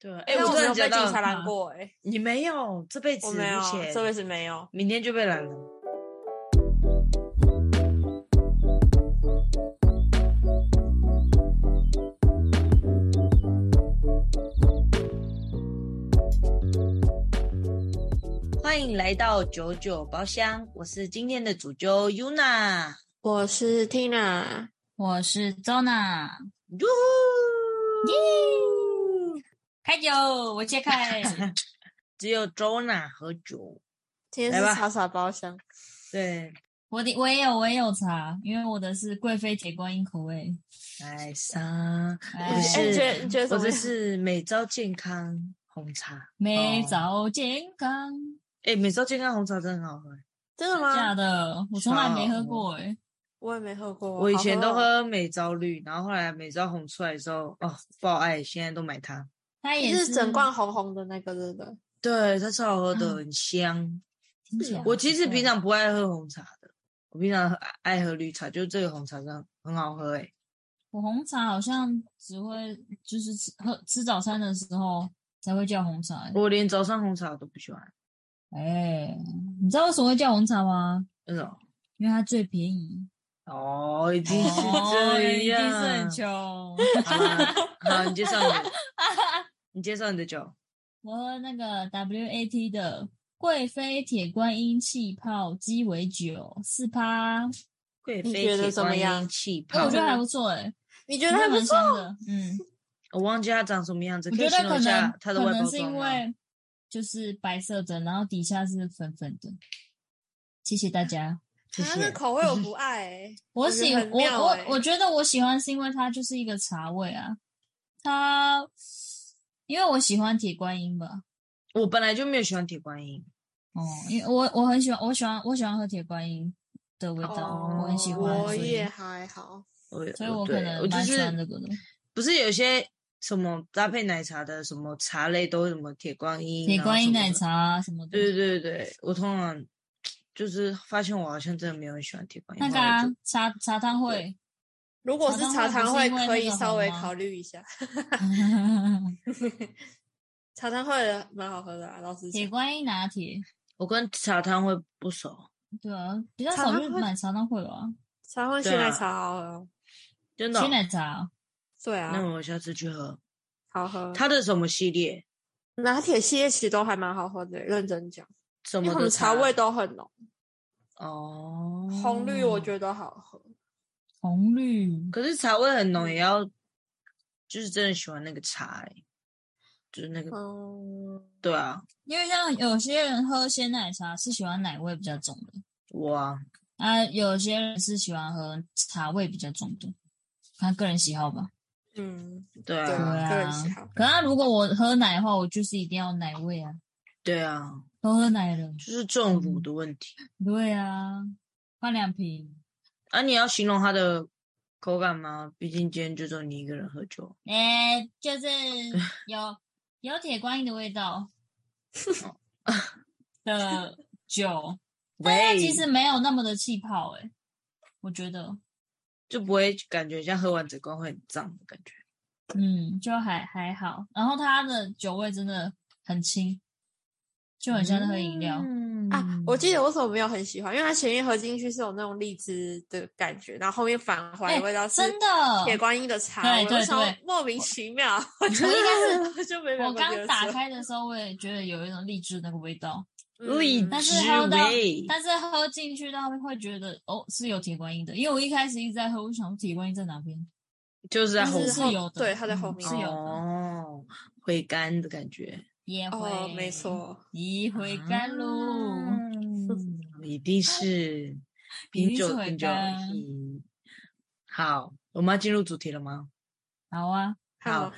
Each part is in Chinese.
对，哎、哎、我我真没的有觉被警得察拦过、哎，你没有这辈子我没有目，前这辈子没有。明天就被拦了。欢迎来到九九包厢，我是今天的主揪 Yuna。我是 Tina，我是 Zona，哟开酒，我切 开。只有 Jona 喝酒，今天来吧是傻傻包厢，对，我的我也有我也有茶，因为我的是贵妃铁观音口味。来上，哎我的哎你觉是得你觉得我怎么的样？是美招健康红茶。美早健康，哎、美招健康红茶真的很好喝。欸真的假吗？的，我从来哦没喝过哎、我也没喝过，我以好前都哦。喝美招绿，然后后来美招红出来之后，哦，爆爱，现在都买它。它也就是整罐红红的那个，对不对？对，它超好喝的，嗯很香。听起来我其实不错平常不爱喝红茶的，我平常喝爱喝绿茶，就这个红茶真的很好喝、欸。哎，我红茶好像只会就是吃喝吃早餐的时候才会叫红茶、哎我连早上红茶我都不喜欢，哎、你知道为什么会叫红茶吗？那种。因为它最便宜。哦，一定是这一定样。是很穷。好啦，好，你介绍你的，你介绍你的酒。我喝那个 WAT 的贵妃铁观音气泡鸡尾酒，四趴，贵你妃觉得铁怎么观样音气哎，泡我觉，得还不错哎、你觉得还我不蛮错？香的，嗯，我忘记它长什么样子，我可觉以得形容可能一下它可的外包能是装啊因吗？为就是白色的，然后底下是粉粉的。谢谢大家，谢啊，谢那口味我 不爱、哎我觉得喜很我妙我哎我觉得我喜欢是因为它就是一个茶味啊，它因为我喜欢铁观音吧，我本来就没有喜欢铁观音，哦，因为我我很喜欢，我喜欢我喜欢喝铁观音的味道，哦我很喜欢，我所以也还好。我所以我可对能我就蛮喜是欢这个的。不是有些什么搭配奶茶的什么茶类都是什么铁观音、铁观音然后奶什么的。茶啊什么的，对对对对，我通常就是发现我好像真的没有很喜欢铁观音。那个啊茶茶汤会，如果是茶茶汤汤会会不是因为那，个可以稍微红吗考虑一下。茶汤会的蛮好喝的、啊，老 实铁讲。观音拿铁，我跟茶汤会不熟，对啊，比较茶少汤去会买茶汤会吧，茶汤鲜对啊奶茶好喝哦，真的哦、鲜奶茶对那啊，我下次去喝。好喝。它的什么系列？拿铁系列其实都还蛮好喝的，认真讲，什因为么他的们茶味都很浓，哦，红绿我觉得好喝。红绿，可是茶味很浓，也要就是真的喜欢那个茶、欸，就是那个、嗯，对啊，因为像有些人喝鲜奶茶是喜欢奶味比较重的，我啊，啊，有些人是喜欢喝茶味比较重的，看个人喜好吧。嗯，对对啊，对啊个人啊喜好，可是如果我喝奶的话，我就是一定要奶味啊，对啊，都喝奶了。就是重嗯乳的问题。对啊，换两瓶。啊，你要形容它的口感吗？毕竟今天就只有你一个人喝酒。哎、 就是有有铁观音的味 道的酒， 但它喂啊其实没有那么的气泡、哎，我觉得，就不会感觉像喝完整罐会很胀的感觉。嗯，就还还好。然后它的酒味真的很轻，就很像在喝饮料。嗯啊，我记得为什么没有很喜欢，因为它前面喝进去是有那种荔枝的感觉，然后后面返回来的味道是哎真的，铁观音的茶，对我对就想对莫名其妙， 我我应该是。 我就没我忍过第二刚次打开的时候，我也觉得有一种荔枝那个味道，嗯荔但枝是喝到味，但是喝进去到会觉得哦是有铁观音的，因为我一开始一直在喝，我想说铁观音在哪边？就是在但后是面是有的，对它在后嗯面是有的，哦，回甘的感觉。也会哦，没，错，一回啊甘 露，嗯，一定是品酒一定是回品酒甘嗯好，我们要进入主题了吗？好啊，好好，，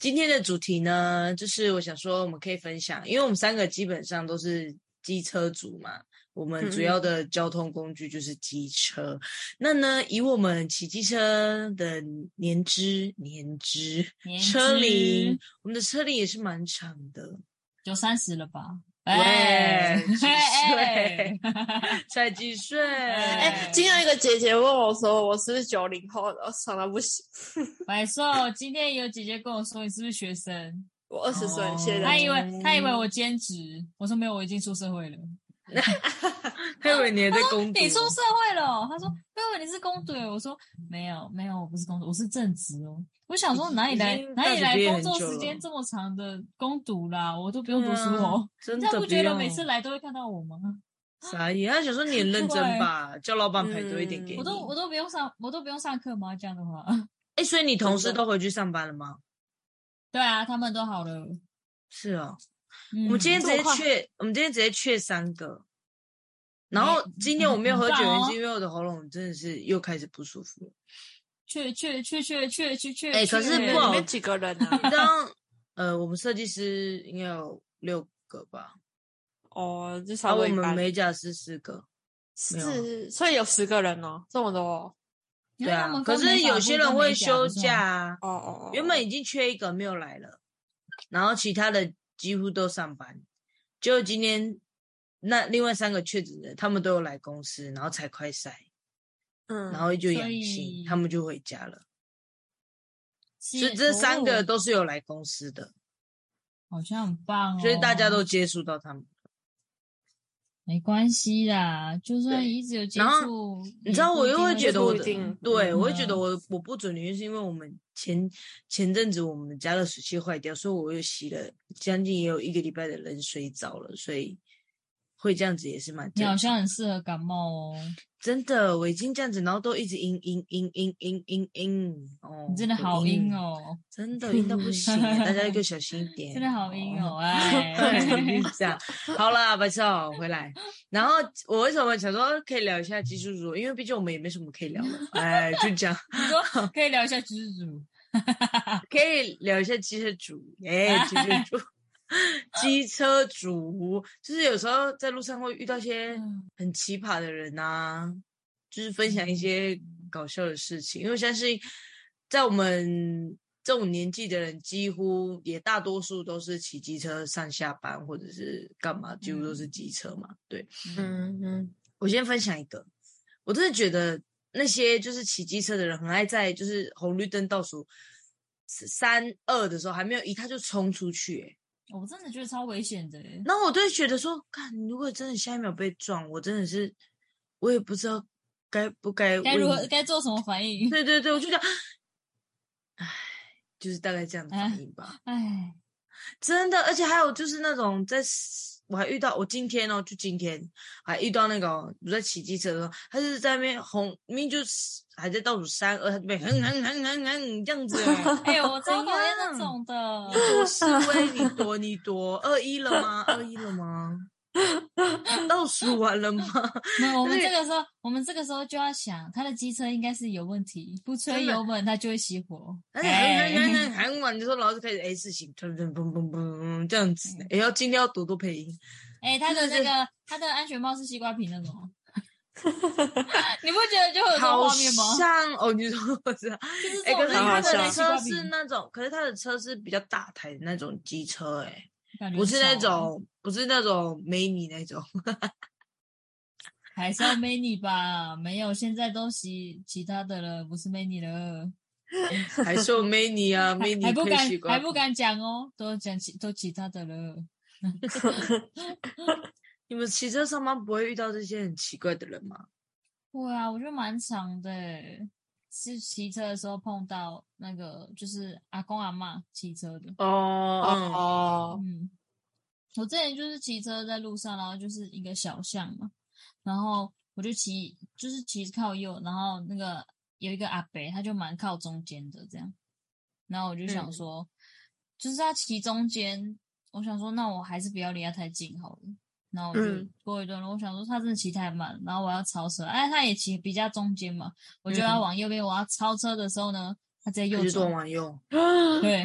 今天的主题呢，就是我想说我们可以分享，因为我们三个基本上都是机车族嘛，我们嗯主要的交通工具就是机车。那呢，以我们骑机车的年资、年资、年车资龄，我们的车龄也是蛮长的，有三十了吧？ 喂几岁哎，才几岁？哎哎，今天有一个姐姐问我说，我是不是九零后的，我爽到不行。白瘦，今天有姐姐跟我说你是不是学生？我二十岁哦，谢谢他大以家。为他以嗯为我兼职，我说没有，我已经出社会了。他以为你还在工作，啊你出社会了哦、他说我以为你是公主耶，欸我说没有没有，我不是公主，我是正职哦。我想说已经哪里来已经哪大里学来毕业工很作久时间了这么长的攻读啦，我都不不用读书哦。，啊 真你的这样不觉得每次用来都会看到我吗？傻眼？他想说你很 认真吧，叫老板排多一点给嗯你。我都我都不用上，我都不用上课吗？这样的话， 哎，所以你同事真的都回去上班了吗？对啊，他们都好了。是哦，嗯我们今天直这接么快确，我们今天直接确三个。然后今天我没有喝酒，很棒哦是因为我的喉咙真的是又开始不舒服了。去去去去去去去，哎可是去不好你们几个人 啊？你知道，呃，我们设计师应该有六个吧，哦，啊至然少后我一们半美甲师四个。没有是，所以有十个人哦，这么多哦因对为他啊们，可分美是甲有部些跟人美会甲休不是吗假啊，哦哦哦，原本已经缺一个没有来了，然后其他的几乎都上班，就今天那另外三个确诊的，他们都有来公司，然后才快筛，嗯，然后就所阳以性，他们就回家了。是所以这三个哦都是有来公司的，好像很棒哦，所以大家都接触到他们。没关系啦，就算对一直有接然后触，你知道，我又会觉得我的 不一定对，嗯我会觉得我我不准的原因是因为我们前前阵子我们家的水器坏掉，所以我又洗了将近也有一个礼拜的冷水澡了，所以会这样子也是蛮你好正常像很适合感冒哦，真的，我已经这样子，然后都一直阴阴阴阴阴阴阴哦，你真的我好阴，哦，真 的阴到不行，大家要小心一点，真的好阴哦， 对，哎，就是这样。好啦，白痴哦，回来。然后我为什么想说可以聊一下技术组？因为毕竟我们也没什么可以聊了，哎，就这样，你 说可以聊一下知足，可以聊一下技术组，哎，技术组。机车族就是有时候在路上会遇到一些嗯很奇葩的人呐、就是分享一些搞笑的事情，因为我相信在我们这种年纪的人，几乎也大多数都是骑机车上下班或者是干嘛，几乎都是机车嘛。对嗯，嗯嗯，我先分享一个，我真的觉得那些就是骑机车的人很爱在就是红绿灯倒数三二的时候还没有一，他就冲出去、欸我真的觉得超危险的耶，然后我就会觉得说，看，如果真的下一秒被撞，我真的是，我也不知道该不该该为如何你该做什么反应？对对对，我就 想，唉，就是大概这样的反哎应吧。哎，真的，而且还有就是那种在，我还遇到我今天哦，就今天还遇到那个哦我在骑机车的时候，他就是在那边红，明明就是还在倒数三二，他就被哼哼哼哼哼这样子哎、 哎，我超怎讨厌样那种的，多示威，你躲你躲，二一了吗？二一了吗？倒数完了吗？没有，我们对这个时候，我们这个时候就要想，他的机车应该是有问题，不吹真的油门它就会熄火。而且韩韩哎韩韩完之后，老师开始 S 型，砰砰砰砰砰这样子。嗯也要今天要多多配音，哎，他的那个他的安全帽是西瓜皮那 种，你不觉得就会有这种好画面吗？像哦，你说我知道。就是这哎、种可是人他看的起来像西瓜车皮是那种，可是他的车是比较大台的那种机车、哎，感觉不是那很爽啊，种，不是那种迷你那种。 还是要 mini 吧？没有，现在都骑其他的了，不是 mini 了，还说 mini 啊还，mini 还不配敢西瓜还不皮敢讲哦，都讲其都其他的了。你们骑车上班不会遇到这些很奇怪的人吗？对啊，我觉得蛮长的欸，是骑车的时候碰到那个，就是阿公阿嬷骑车的。哦，哦，嗯，我之前就是骑车在路上，然后就是一个小巷嘛，然后我就骑，就是骑靠右，然后那个有一个阿伯，他就蛮靠中间的这样，然后我就想嗯说，就是他骑中间，我想说那我还是不要离他太近好了。然后我就嗯过一段路，我想说他真的骑太慢，然后我要超车，哎，他也骑比较中间嘛，我就要嗯往右边，我要超车的时候呢，他直接右就撞转，完用。哦对，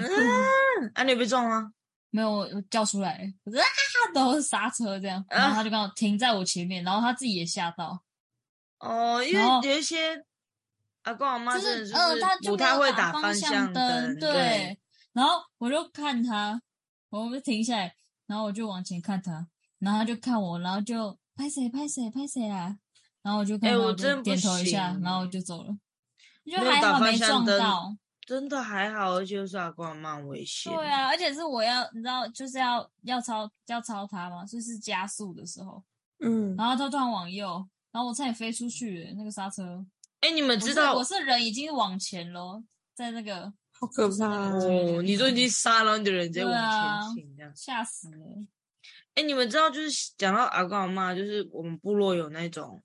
啊，你有被撞吗？没有，我我叫出来，我说啊，然后刹车这样，然后啊他就刚好停在我前面，然后他自己也吓到，哦，因为然后有一些阿公阿妈就真的是是嗯、呃他就不没太有会打方向灯，对，对，然后我就看他，我就停下来，然后我就往前看他，然后他就看我，然后就拍谁拍谁拍谁啊，然后我就看哎到我我真就不点头一下，行欸然后我就走了，就没有还打好方没向撞灯到，真的还好，而且又是阿公阿妈危险。对，啊，而且是我要，你知道，就是要要超要超他嘛，就是加速的时候， 嗯，然后他突然往右，然后我差点飞出去了，那个刹车。哎、你们我知是道我是人已经往前咯，在那个好可怕啊、哦，你都已经杀了你的人，直接对啊往前行这样。吓死了。哎、你们知道，就是讲到阿公阿妈，就是我们部落有那种，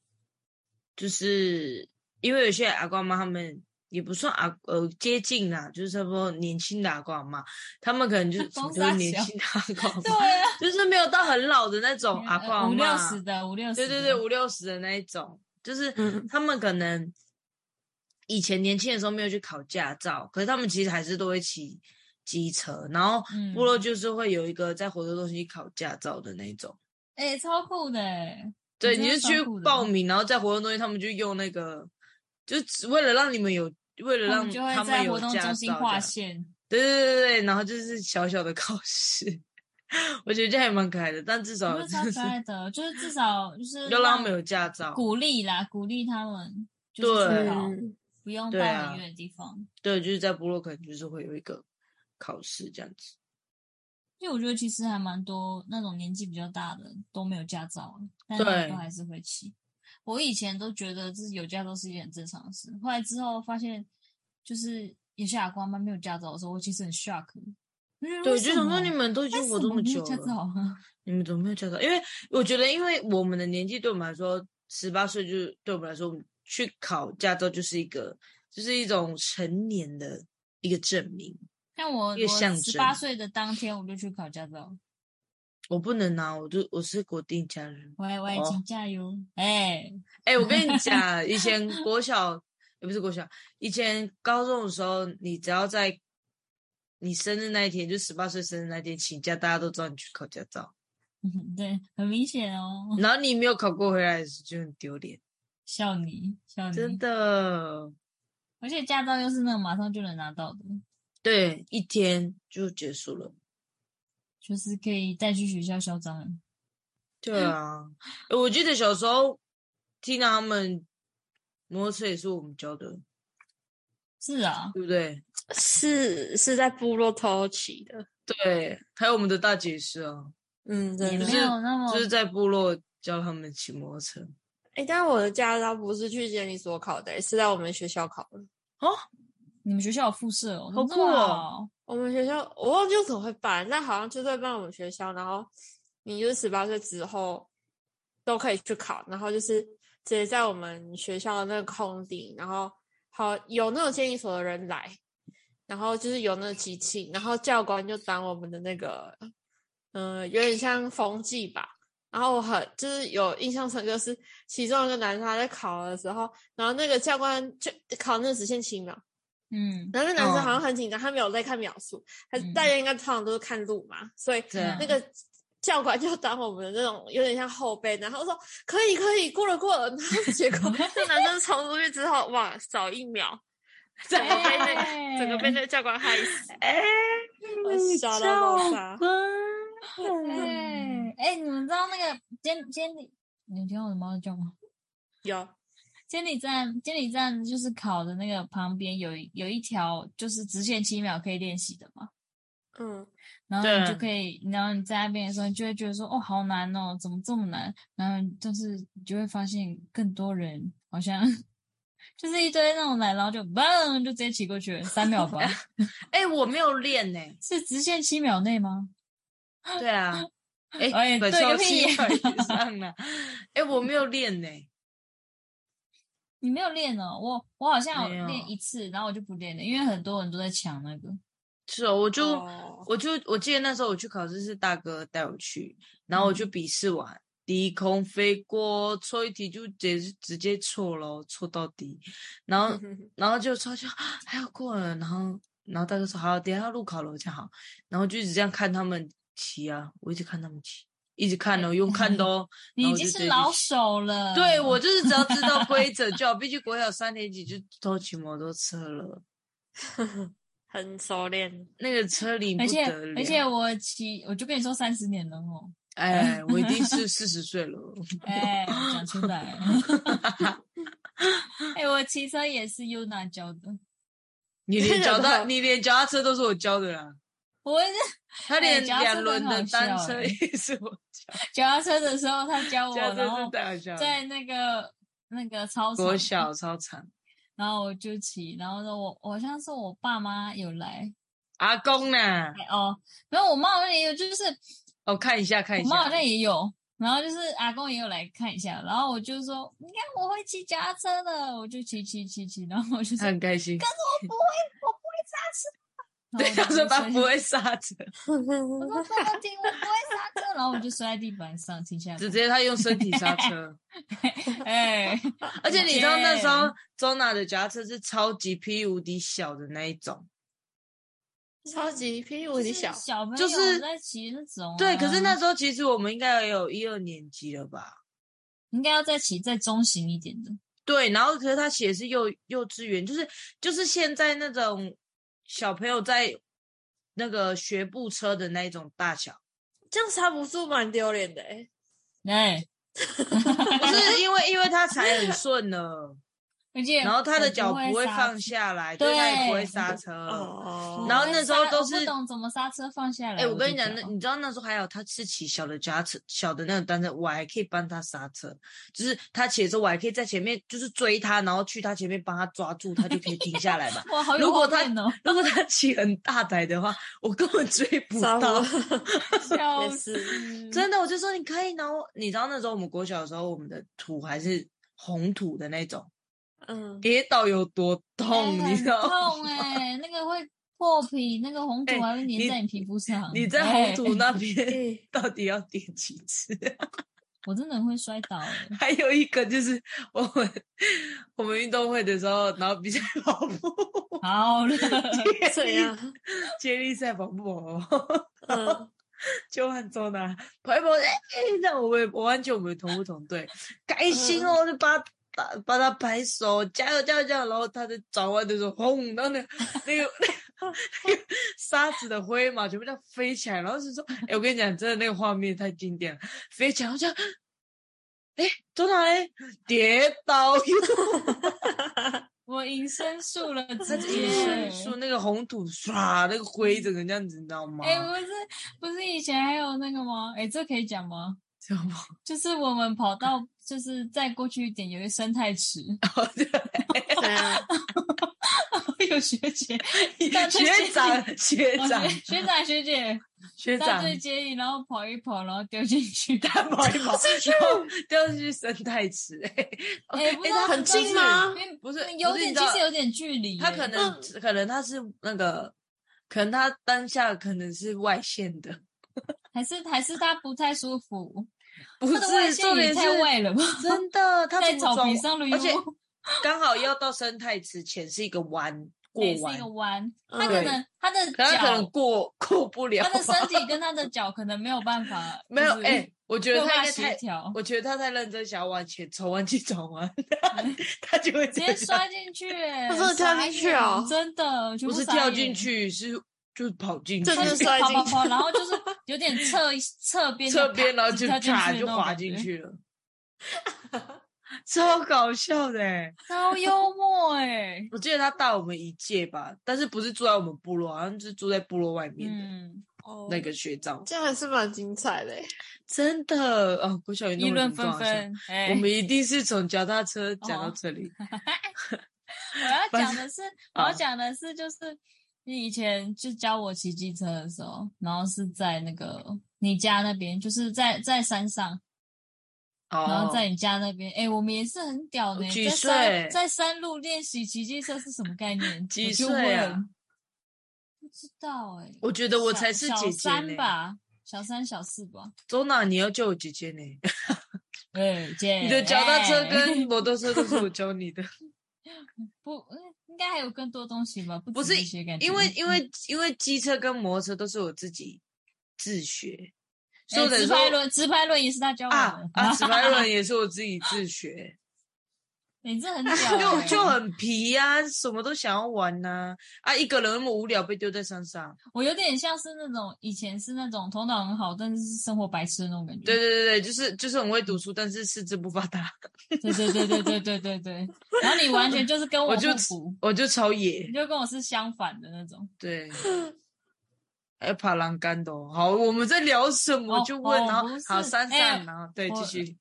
就是因为有些阿公阿妈他们也不算阿呃接近啦，就是差不多年轻的阿公阿妈，他们可能 就是什公么就司是啊年小轻的阿公阿 对妈，啊，就是没有到很老的那种阿公阿哎呃五妈六，十的，五六十对的，对对，五六十的那一种，就是嗯他们可能以前年轻的时候没有去考驾照，可是他们其实还是都会骑机车，然后嗯部落就是会有一个在活动中心考驾照的那种。哎、超酷的、欸对，真你的就超去酷的哦报名，然后在活动中心，他们就用那个，就只为了让你们有，为了他让们就会他在们活有动驾照中这心样。划线，对对对对，然后就是小小的考试， 我觉得这样也蛮可爱的，但至少我觉得哦超 就可是爱的，就是至少就是啊 要让他们有驾照。鼓励啦，鼓励他们就是对去跑，嗯，不用对到啊很远的地方。对，就是在部落可能就是会有一个考试这样子。因为我觉得其实还蛮多那种年纪比较大的都没有驾照，啊但他对们都还是会骑。我以前都觉得自己有驾照是一件很正常的事，后来之后发现，就是有些阿公阿妈没有驾照的时候，我其实很 shock。对，对就想说你们都已为经活什这么么没有久驾了，照啊？ 你们怎么没有驾照？因为我觉得，因为我们的年纪对我们来说，十八岁就是对我们来说，我们去考驾照就是一个，就是一种成年的一个证明。像我，一个象我征十八岁的当天我就去考驾照，我不能啊，我就我是国定假日。喂喂，哦请加油！哎， 哎、我跟你讲，以前国小也不是国小，以前高中的时候，你只要在你生日那一天，就十八岁生日那一天请假，大家都知道你去考驾照，对，很明显哦， 然后你没有考过回来的时候就很丢脸，笑你笑你，真的。而且驾照又是那种马上就能拿到的，对，一天就结束了。就是可以带去学校嚣张了。对嗯啊，呃我记得小时候听到他们摩托车也是我们教的，是啊，对不对？是是在部落偷骑的，对，还有我们的大姐也是啊，嗯，也真的就没是有那么就是在部落教他们骑摩 托车。哎、但我的驾照不是去监理所考的、是在我们学校考的。你们学校有附设哦，好怎么这么酷哦好我们学校我忘记怎么会办，但好像就是会办我们学校，然后你就是十八岁之后都可以去考，然后就是直接在我们学校的那个空地，然后好有那种监理所的人来，然后就是有那个机器，然后教官就当我们的那个，嗯、有点像风纪吧。然后我很就是有印象深刻是其中一个男生他在考的时候，然后那个教官就考那个直线七秒，嗯，然后那男生好像很紧张，他没有在看秒数，他嗯大家应该通常都是看路嘛，所以对啊那个教官就当我们的那种有点像后辈，然后说可以可以过了过了，然 后结果那男生冲出去之后，哇，少一秒，整个被那整个哎被那教官害死，哎，我笑到爆炸。哎哎，你们知道那个监监理，你有听到我的猫在叫吗？有，监理站，监理站就是考的那个旁边有一有一条就是直线七秒可以练习的嘛，嗯，然后你对就可以，然后你在那边的时候，你就会觉得说哦好难哦，怎么这么难？然后就是你就会发现更多人好像 就是一堆那种奶酪就嘣就直接骑过去了，三秒 吧，哎、我没有练呢、是直线七秒内吗？对啊，哎、哎本对校个屁七块以上了。哎、我没有练呢、你没有练哦，我我好像没有有练一次，然后我就不练了，因为很多人都在抢那个。是哦，我就、哦我就我记得那时候我去考试是大哥带我去，然后我嗯就笔试完，低空飞过，错一题就直接直接错咯，错到底，然后然后就错就啊还要过了，然后然后大哥说好，等一下路考了我讲好，然后就一直这样看他们骑啊，我一直看他们骑，一直看哦，用看 的哦，你然后已我经就直是接老去手了，对我就是只要知道规则 就好，毕竟国小三年级就偷骑摩托车了，很熟练，那个车龄而不且得了，而且我骑，我就跟你说三十年了哦，哎，我一定是四十岁了。哎， 讲出来，哎，我骑车也是 Yuna 教的， 你连脚真的踏，吗你连脚踏车都是我教的啦，我也是他连哎脚踏车两轮的很好单笑车欸也是 我脚踏车的时候，他 教我，教，哦然真是后太好笑了。在那个那个操场国，小操场，然后我就骑，然后呢我我好像是我爸妈有来，阿公呢？哎哦，然后我妈好像也有，就是哦，看一下看一我妈好下，像也有，然后就是阿公也有来看一下，然后我就说，你看我会骑脚踏车的，我就骑骑骑骑，然后我就他说，很开心。然后对，我就他说他摔不会刹车， 我说不要停，我不会刹车，然后我就摔在地板上，停下来。直接他用身体刹车。 哎，而且你知道那时候耶 Zona 的脚踏车是超级 P 无敌小的那一种， 超级屁股就你是小，小朋就友是在骑那种啊，对。可是那时候其实我们应该也有一二年级了吧？应该要再骑再中型一点的，对，然后可是他写的是幼幼稚园，就是就是现在那种小朋友在那个学步车的那一种大小，这样刹不住蛮丢脸的哎。哎，不是因为因为他踩很顺了，而且然后他的脚不不会刹放车，下来，对，他也不会对刹车。哦然后 那时候刹都我是不懂怎么刹车放下来。哎、我跟你讲，就那知道你知道那时候还有他是骑小的脚踏车，小的那种单车，我还可以帮他刹车，就是他骑的时候，我还可以在前面就是追他，然后去他前面帮他抓住，他就可以停下来嘛。哇，好有如果画他面 哦，如果他骑很大台的话，我根本追 不刹到。笑也死，真的，我就说你可以。然后你知道那时候我们国小的时候，我们的土还是红土的那种， 嗯，跌倒有多痛，哎你知道很吗？痛哎，那个会破皮，那个红土哎还会你粘在你皮肤上。你在红哎土那 边哎到底要点几次？ 我真的很会摔倒哎。还有一个就是我们我们运动会的时候，然后比赛跑步， 好了， 怎样？接力赛跑步哦，嗯，就换周呢，跑一跑，哎、那我们我完全我们同不同队，开心哦，就把把把他拍手，加油加油加油，然后他在转弯的时候，轰，然后那那个那个沙子的灰嘛，全部这样飞起来，然后是说，哎、我跟你讲，真的那个画面太经典了，飞起来，我就。哎，周娜嘞，跌倒我隐身术了，它直是接一身树，那个红土唰，那个灰整个这样子，你知道吗？哎、 不是不是以前还有那个吗？哎、这可以讲吗？知道吗？就是我们跑到，就是再过去一点，有一个生态池，怎 样？有学姐、大队接学力长，学哦长，学学长、学姐学大长，队接力，然后跑一跑，然后丢进 去。他跑一 跑，然后掉进去生态池。 哎哎、不知哎道他很近吗因为不是有不是你点，知其道实有点距离耶。他可嗯能可能他是那个，可能他当下可能是外线的，还是还是他不太舒服，不他的外是线重也点是太外了吧？真的，他在怎草么转皮上了哟，而且刚好要到生态池前是一个弯，过哎是弯一个，弯，嗯他可对能他的可他可能脚过过不了吧，他的身体跟他的脚可能没有办法，没有就，是哎、我觉没得有他办法应该协太，调，我觉得他太认真，想要往前冲，往前转 弯，他就会直这接样。摔进去、欸， 他真的跳进去哦傻眼真的，全不部是傻跳眼进，去，是就是跑进去这，他就就是是摔跑进跑去跑，然后就是有点侧 侧边就侧边啪然后就跳进去啪的就那种滑感觉进，去了，超搞笑的、欸。 超幽默哎、 我记得他大我们一届吧，但是不是住在我们部落，好像是住在部落外面的嗯，哦那个学长，这样还是蛮精彩的欸。真的哦，国小运议动会论怎么纷这么好笑。纷，哎、我们一定是从脚踏车讲到哦这里，我要反讲的是，我啊要讲的是，就是你以前就教我骑机车的时候，然后是在那个你家那边，就是在在山上，然哦后，在你家那边，哎、我们也是很屌呢、几在山岁在山路练习骑机车是什么概念？几我就岁啊问？不知道哎、我觉得我才是小姐小姐三呢。吧，小三小四吧。周娜，你要叫我姐姐呢？哎、姐，你的脚踏车哎 跟摩托车都是我教你的，不嗯应该还有更多东西吧？不不止是这些感觉，哎因为因为因为机车跟摩托车都是我自己自学，所以哎我等于直说排轮直排轮也是他教我 啊的 啊，直排轮也是我自己自学，哎你这很 屌、就欸，就很皮呀、什么都想要玩呐、啊，一个人那么无聊，被丢在山上。我有点像是那种以前是那种头脑很好，但是是生活白痴的那种感觉。对对对对，就是就是很会读书，但是四肢不发达。 对对对对对对对对。然后你完全就是跟我我就互补，我就超野你，就跟我是相反的那种。 对，还有爬栏杆的哦、好，我们在聊什么？哦就问，哦然后不是好珊珊，哎然后对，我继续。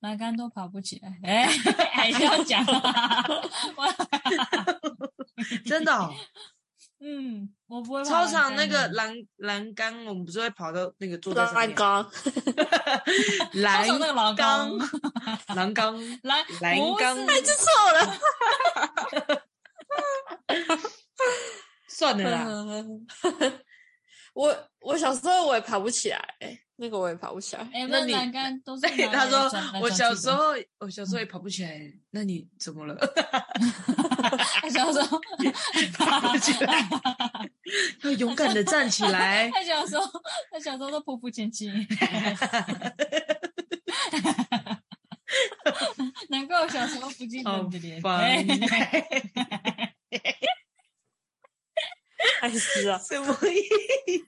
栏杆都爬不起来，哎、还是要讲。 真的、哦，嗯，我不会爬操栏杆啊场那个的栏栏杆，我们不是会跑到那个坐在上乱面？搞，栏操场那个老杆公，栏杆，栏 栏不杆是就错了。 算嗯了啦， 我我小时候我也爬不起来、那个我也爬不起来。哎、那那你栏杆都是拿对，来 他说转来我转小去的时，候，我小嗯时候也跑不起来。那你怎么了？ 他小时 候，爬不起来，要勇敢的站起 来。他小时候，他小时候都匍匐前 进。 难怪我小时候不记得好你的脸。哎烦，爱死了！什么意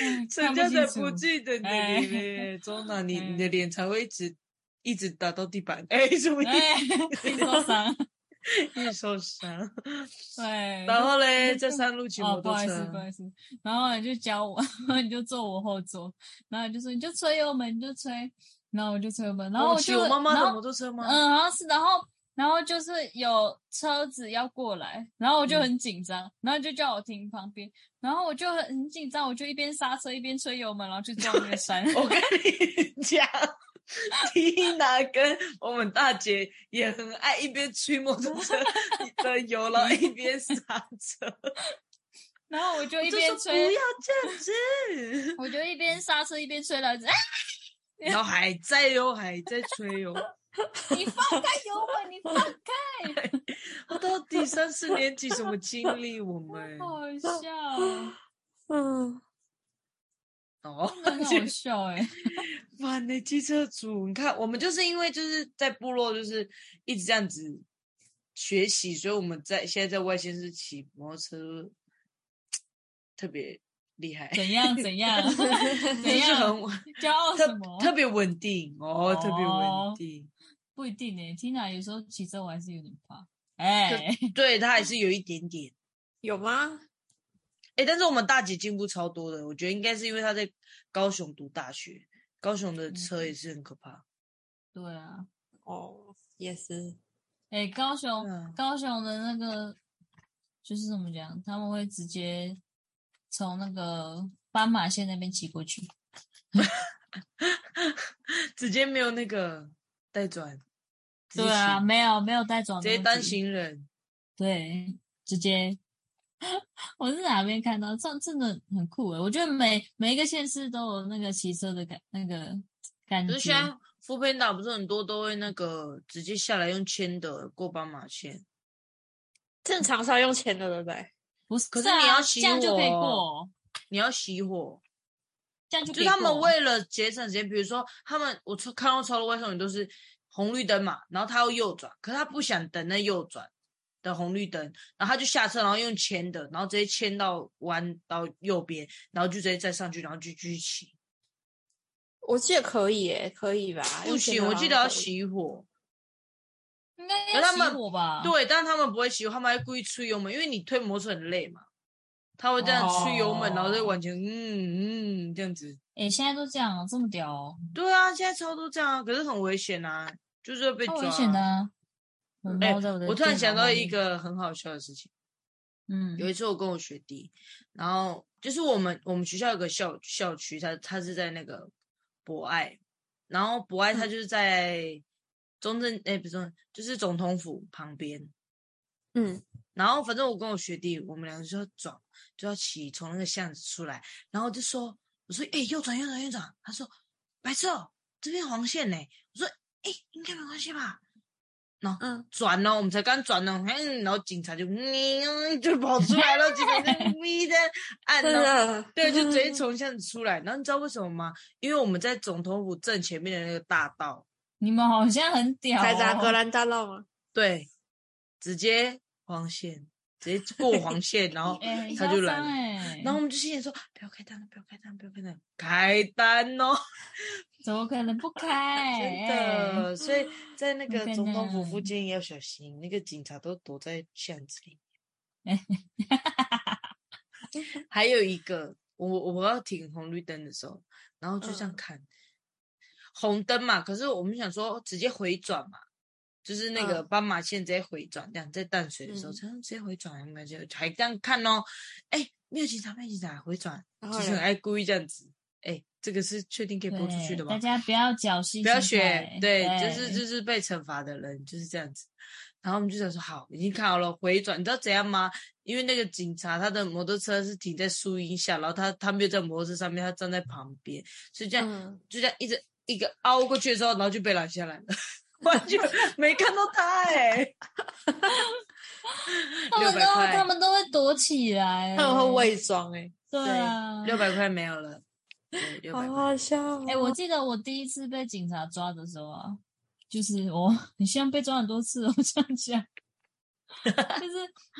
哎思？人家才不记。记得你的哎脸呢，周娜，你你的脸才会一直一直打到地板，哎，什么 意哎，一受 伤。思？受伤。对。然后嘞，在山路骑摩哎哦，不托好意思，不好车，意思。然后你就教我， 你就坐我后座，然后你就说你就吹油门，你就吹，然后我就吹油门，然后我骑就，我妈妈然的后摩托车吗？嗯，好像是，然后然后就是有车子要过来，然后我就嗯很紧张，然后就叫我停旁边，然后我就很很紧张，我就一边刹车一边吹油门，然后去撞那个 山。我跟你讲。Tina 跟我们大姐也很爱一边吹摩托车的油，然后一边刹车，然后 我就一就边说不吹要，这 样子，我就一边刹车一边吹来着，啊然后还在哟，还在吹哦哟。你放开油门，你放开，我到底三四年级什么经历？我 们好好笑哦，嗯，哦，真的很好笑 哎、哇，你机车主，你看我们就是因为就是在部落就是一直这样子学习，所以我们在现在在外县市骑摩托车特别厉害， 怎样怎 样就怎是样很，骄傲特什么？特别稳定哦，特别稳哦定。不一定哎、听 Tina 有时候骑车我还是有点怕，哎、对他还是有一点点。有吗？哎、但是我们大姐进步超多的，我觉得应该是因为她在高雄读大学，高雄的车嗯也是很可怕。对啊。哦，也是。哎、高雄、嗯高雄的那个就是怎么讲，他们会直接从那个斑马线那边骑过去，直接没有那个带转，直接对啊，骑，没有没有带转的直问题，接单行人，对，直接。 我是哪边看到？这真的很酷欸诶！我觉得每每一个县市都有那个骑车的感那个感可觉嗯是，现在副片打不是很多都会那个直接下来用牵的过斑马线，正常是要用钱的，对不对？不是啊？可是你要这骑样就可以我过，你要熄火，这样就可就以他们过啊为了节省时间，比如说他们我超看到超多外送员都是红绿灯嘛，然后他要右转，可是他不想等那右转的红绿灯，然后他就下车，然后用牵的，然后直接牵到弯到右边，然后就直接再上去，然后就继续骑。我记得可以、耶，可以吧？不用钱行，的我好记像得要可以。熄火。应该而要他骑们我吧？对，但他们不会熄火，他们还故意吹油门，因为你推摩托车很累嘛，他会这样吹油门，然后就哦完全嗯嗯这样子。哎、现在都这样，这么屌、哦，对啊，现在超多这样啊，可是很危险啊，就是会被好抓啊。危险的、啊。我哎、猫在我的我突然电想脑到后一面，个很好笑的事情。嗯，有一次我跟我学弟，然后就是我们我们学校有个校校区，他他是在那个博爱，然后博爱他嗯就是在中正哎、不是中正，就是总统府旁边。嗯，然后反正我跟我学弟，我们两个就要转，就要骑从那个巷子出来，然后就说我说哎、右转右转右转，他说白痴哦这边黄线呢，我说哎、应该没关系吧，嗯，转了，我们才刚转呢，嗯，然后警察就嗯就跑出来了，警察就咪的按真了，的，对，就直接嗯从巷子出来。然后你知道为什么吗？因为我们在总统府正前面的那个大道，你们好像很屌、哦。 开闸格兰大道吗？对，直接黄线，直接过黄线，然后哎、很他就嚣来张了哎、然后我们就心里说不要开单了，不要开单，不要开单，开单哦，怎么可能不哎开？ 真的。所以在那很个变总统府态附近要小心，那个警察都躲在巷子里。 还有一个，我我我要停红绿灯的时候，然后就这样嗯看、红灯嘛，可是我们想说直接回转嘛，就是那个嗯斑马线直接回转，这样在淡水的时候，嗯这样直接回转，没有就还这样看哦，哎，没有警察，没有警察，回转，然就后是很嘞爱故意这样子，哎，这个是确定可以对，播出去的吗大？家不要侥幸心态，不要学，对，就是是就是被惩罚的人就是这样子。然后我们就想说，好，已经看好了，回转，你知道怎样吗？因为那个警察他的摩托车是停在树荫下，然后他他没有在摩托车上面，他站在旁边，所以这样、嗯，就这样一直一个凹过去的时候，然后就被拦下来了， 完全没看到他哎、嗯 他们都600块他们都会躲起来，他们会伪装哎，对啊对，。六百块没有了，对，六百好块好笑哦。哎、我记得我第一次被警察抓的时候啊，就是我你像被抓很多次哦，我 这样讲，就是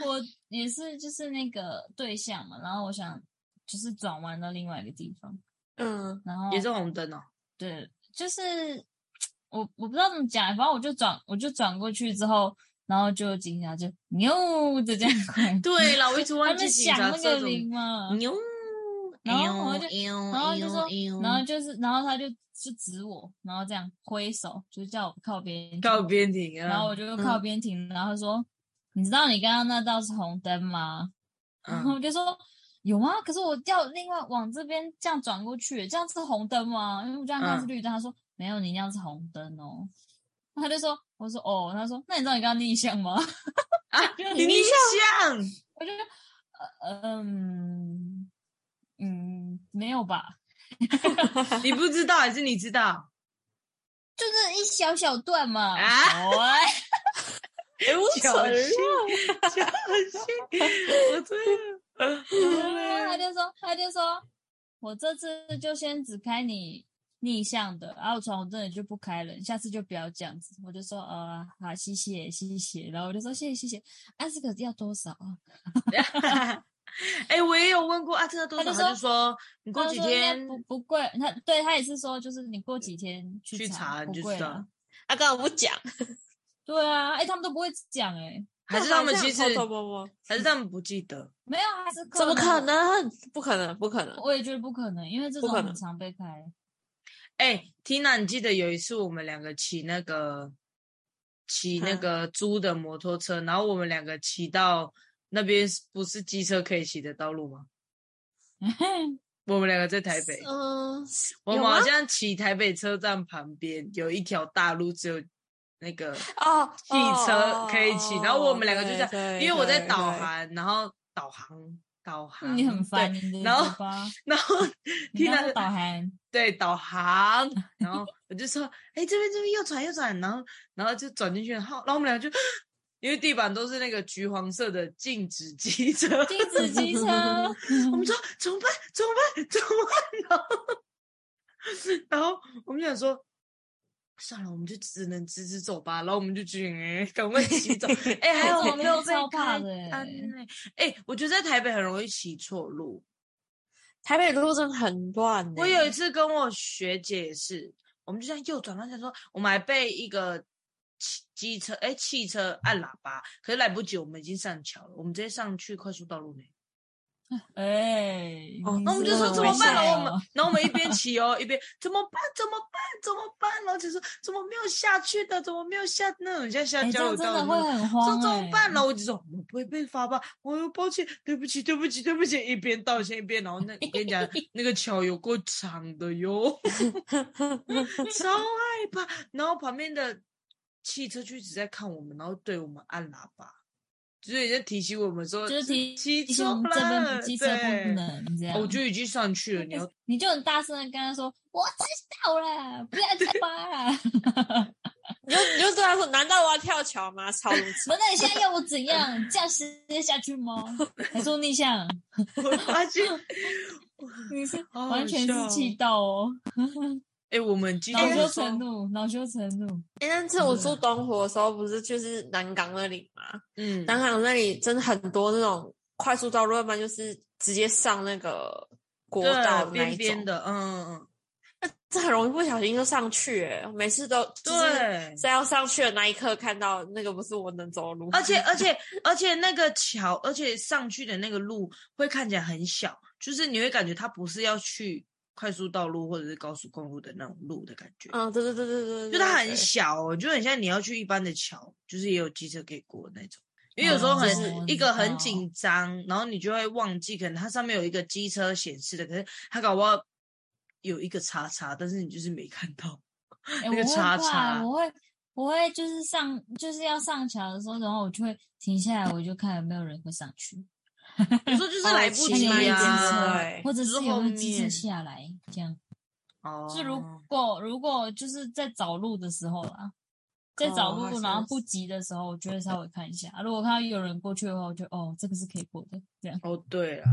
我也是就是那个对象嘛，然后我想就是转弯到另外一个地方，嗯然后也是红灯哦，对，就是我我不知道怎么讲，反正我就转我就转过去之后，然后就警察就牛就这样过来对了，我一 直他忘记们警响察那这个种铃嘛，牛，然后我就然然后就说，然嗯后就是，然后他就就指我，然后这样挥手，就叫我靠边停告边停啊，然后我就靠边停，然后说，你知道你刚刚那道是红灯吗？ 然后嗯我就说有啊，可是我要另外往这边这样转过去，这样是红灯吗？因为我这样看是嗯绿灯，他说没有，你那样是红灯哦。他就说，我说哦，他说那你知道你刚刚逆向吗？ 啊，你逆向，我就呃嗯嗯没有吧，你不知道还是你 知道？就是一小小段嘛。啊哦哎哎，我小心，小心，我 真然后他的。就说，他就说，我这次就先只开你逆向的，啊然后闯红灯的就不开了，你下次就不要这样子。我就说，呃，好，谢谢，谢谢。然后我就说，谢谢，谢谢。啊，这个要多少啊？哎，我也有问过啊，这个多少？他就他就说你过他几说应该天不不贵，他对他也是说，就是你过几天去去查不你就贵知了道。。啊，刚好不讲，对啊，哎，他们都不会讲哎、 还是他们干嘛这其样实，偷偷摸摸，还是他们不记得。没有，还是啊怎么可？能？不可能，不可能。我也觉得不可能，因为这不种可能很常被开。啊哎，Tina，你记得有一次我们两个骑那个骑那嗯个租的摩托车，然后我们两个骑到那边不是机车可以骑的道路吗？我们两个在台北，嗯，我们有好吗像骑台北车站旁边有一条大路，只有那 个哦，汽车可以骑，然后我们两个就这样，因为我在导航，航，然后导航导 航，你很烦，对，你的然后嘴巴然后你 Tina 刚刚导航。对导航，然后我就说，哎、这边这边右转右转，然后然后就转进去，然后然后我们俩就，因为地板都是那个橘黄色的禁止机车，禁止机车， 我们说怎么办怎么办怎么办， 然后然后我们想说。算了，我们就只能直直走吧。然后我们就去，哎赶快骑走。哎、还好我没有被超怕开的单欸呢哎、我觉得在台北很容易骑错路。台北路真的很乱欸。我有一次跟我学姐也是，我们就这样右转方向说，我们还被一个汽机车哎汽车按喇叭，可是来不及，我们已经上桥了，我们直接上去快速道路内。哎，哦那我们就说真的怎很么危办？然险后哦我们然后我们一 边骑哦，一边怎么办？怎么办？怎么办？然后就说怎么没有下去的？怎么没有下那种像下哎，这交样流真道的那会种？很说慌。哎怎么办？然？后我就说我们不会被罚吧？我又抱歉，对不起，对不起，对不起，一边道歉一边，然后那跟你讲那个桥有够长的哟。超害怕。然后旁边的汽车就一直在看我们，然后对我们按喇叭，就是在提醒我们说，就是提骑提醒错我们这了，边机车不对。能这样。哦我就已经上去了，你要你就很大声的跟他说：“我知道啦，不要再扒啦。 你就你就对他说：“难道我要跳桥吗？”超无 耻。我那你现在要我怎样？这样直接下去吗？还说逆向？我发现你是好好完全笑哦是气到哦。哎、我们今哦恼天羞说成怒，恼羞成怒，哎、但是我住东湖的时候，不是就是南港那里嘛？嗯，南港那里真的很多那种快速道路，要不然就是直接上那个国道对的那边一边种，的，嗯，嗯这很容易不小心就上去、欸。每次都就是对。在要上去的那一刻，看到那个不是我能走的路，而且而且而且那个桥，而且上去的那个路会看起来很小，就是你会感觉它不是要去快速道路或者是高速公路的那种路的感觉， 嗯，对对对对对，就对它很对小哦，就很像你要去一般的桥，就是也有机车可以过那种。因为有时候很、哦一个很我知道紧张，然后你就会忘记，可能它上面有一个机车显示的，可是它搞不好有一个叉叉，但是你就是没看到。哎、 那我个会叉怕，叉我会，我会就是上，就是要上桥的时候，然后我就会停下来，我就看有没有人会上去，有时候就是哦来不骑看及有没有呀机啊。对车，哎或者就是是有后没有机车面下来，这样。哦就是如果如果就是在找路的时候啦，在哦找好路像然后是不急的时候，我就会稍微看一下。啊如果看到有人过去的话，我就哦，这个是可以过的，这样。哦，对了，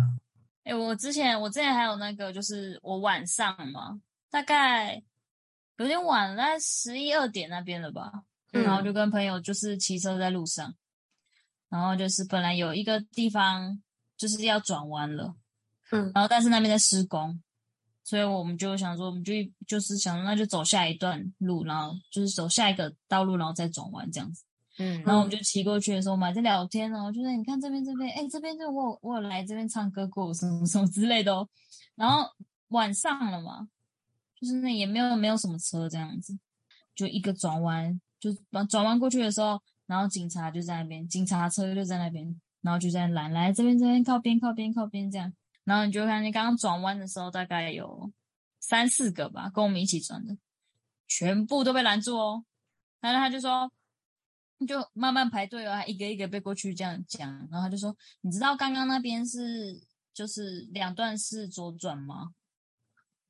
哎、我之前我之前还有那个，就是我晚上嘛，大概有点晚了，大概十一二点那边了吧。嗯然后就跟朋友就是骑车在路上，然后就是本来有一个地方就是要转弯了，嗯然后但是那边在施工，所以我们就想说，我们就就是想那就走下一段路，然后就是走下一个道路，然后再转弯这样子。嗯然后我们就骑过去的时候，我们还在聊天哦，就是你看这边这边，哎，这边这边我有我有来这边唱歌过，什么什么之类的哦。然后晚上了嘛，就是那也没有没有什么车这样子，就一个转弯，就转转弯过去的时候，然后警察就在那边，警察车就在那边，然后就在拦来这边这边靠边靠边靠边这样。然后你就会看见刚刚转弯的时候，大概有三四个吧，跟我们一起转的，全部都被拦住哦。然后他就说，就慢慢排队哦，他一个一个被过去这样讲。然后他就说，你知道刚刚那边是就是两段式左转吗？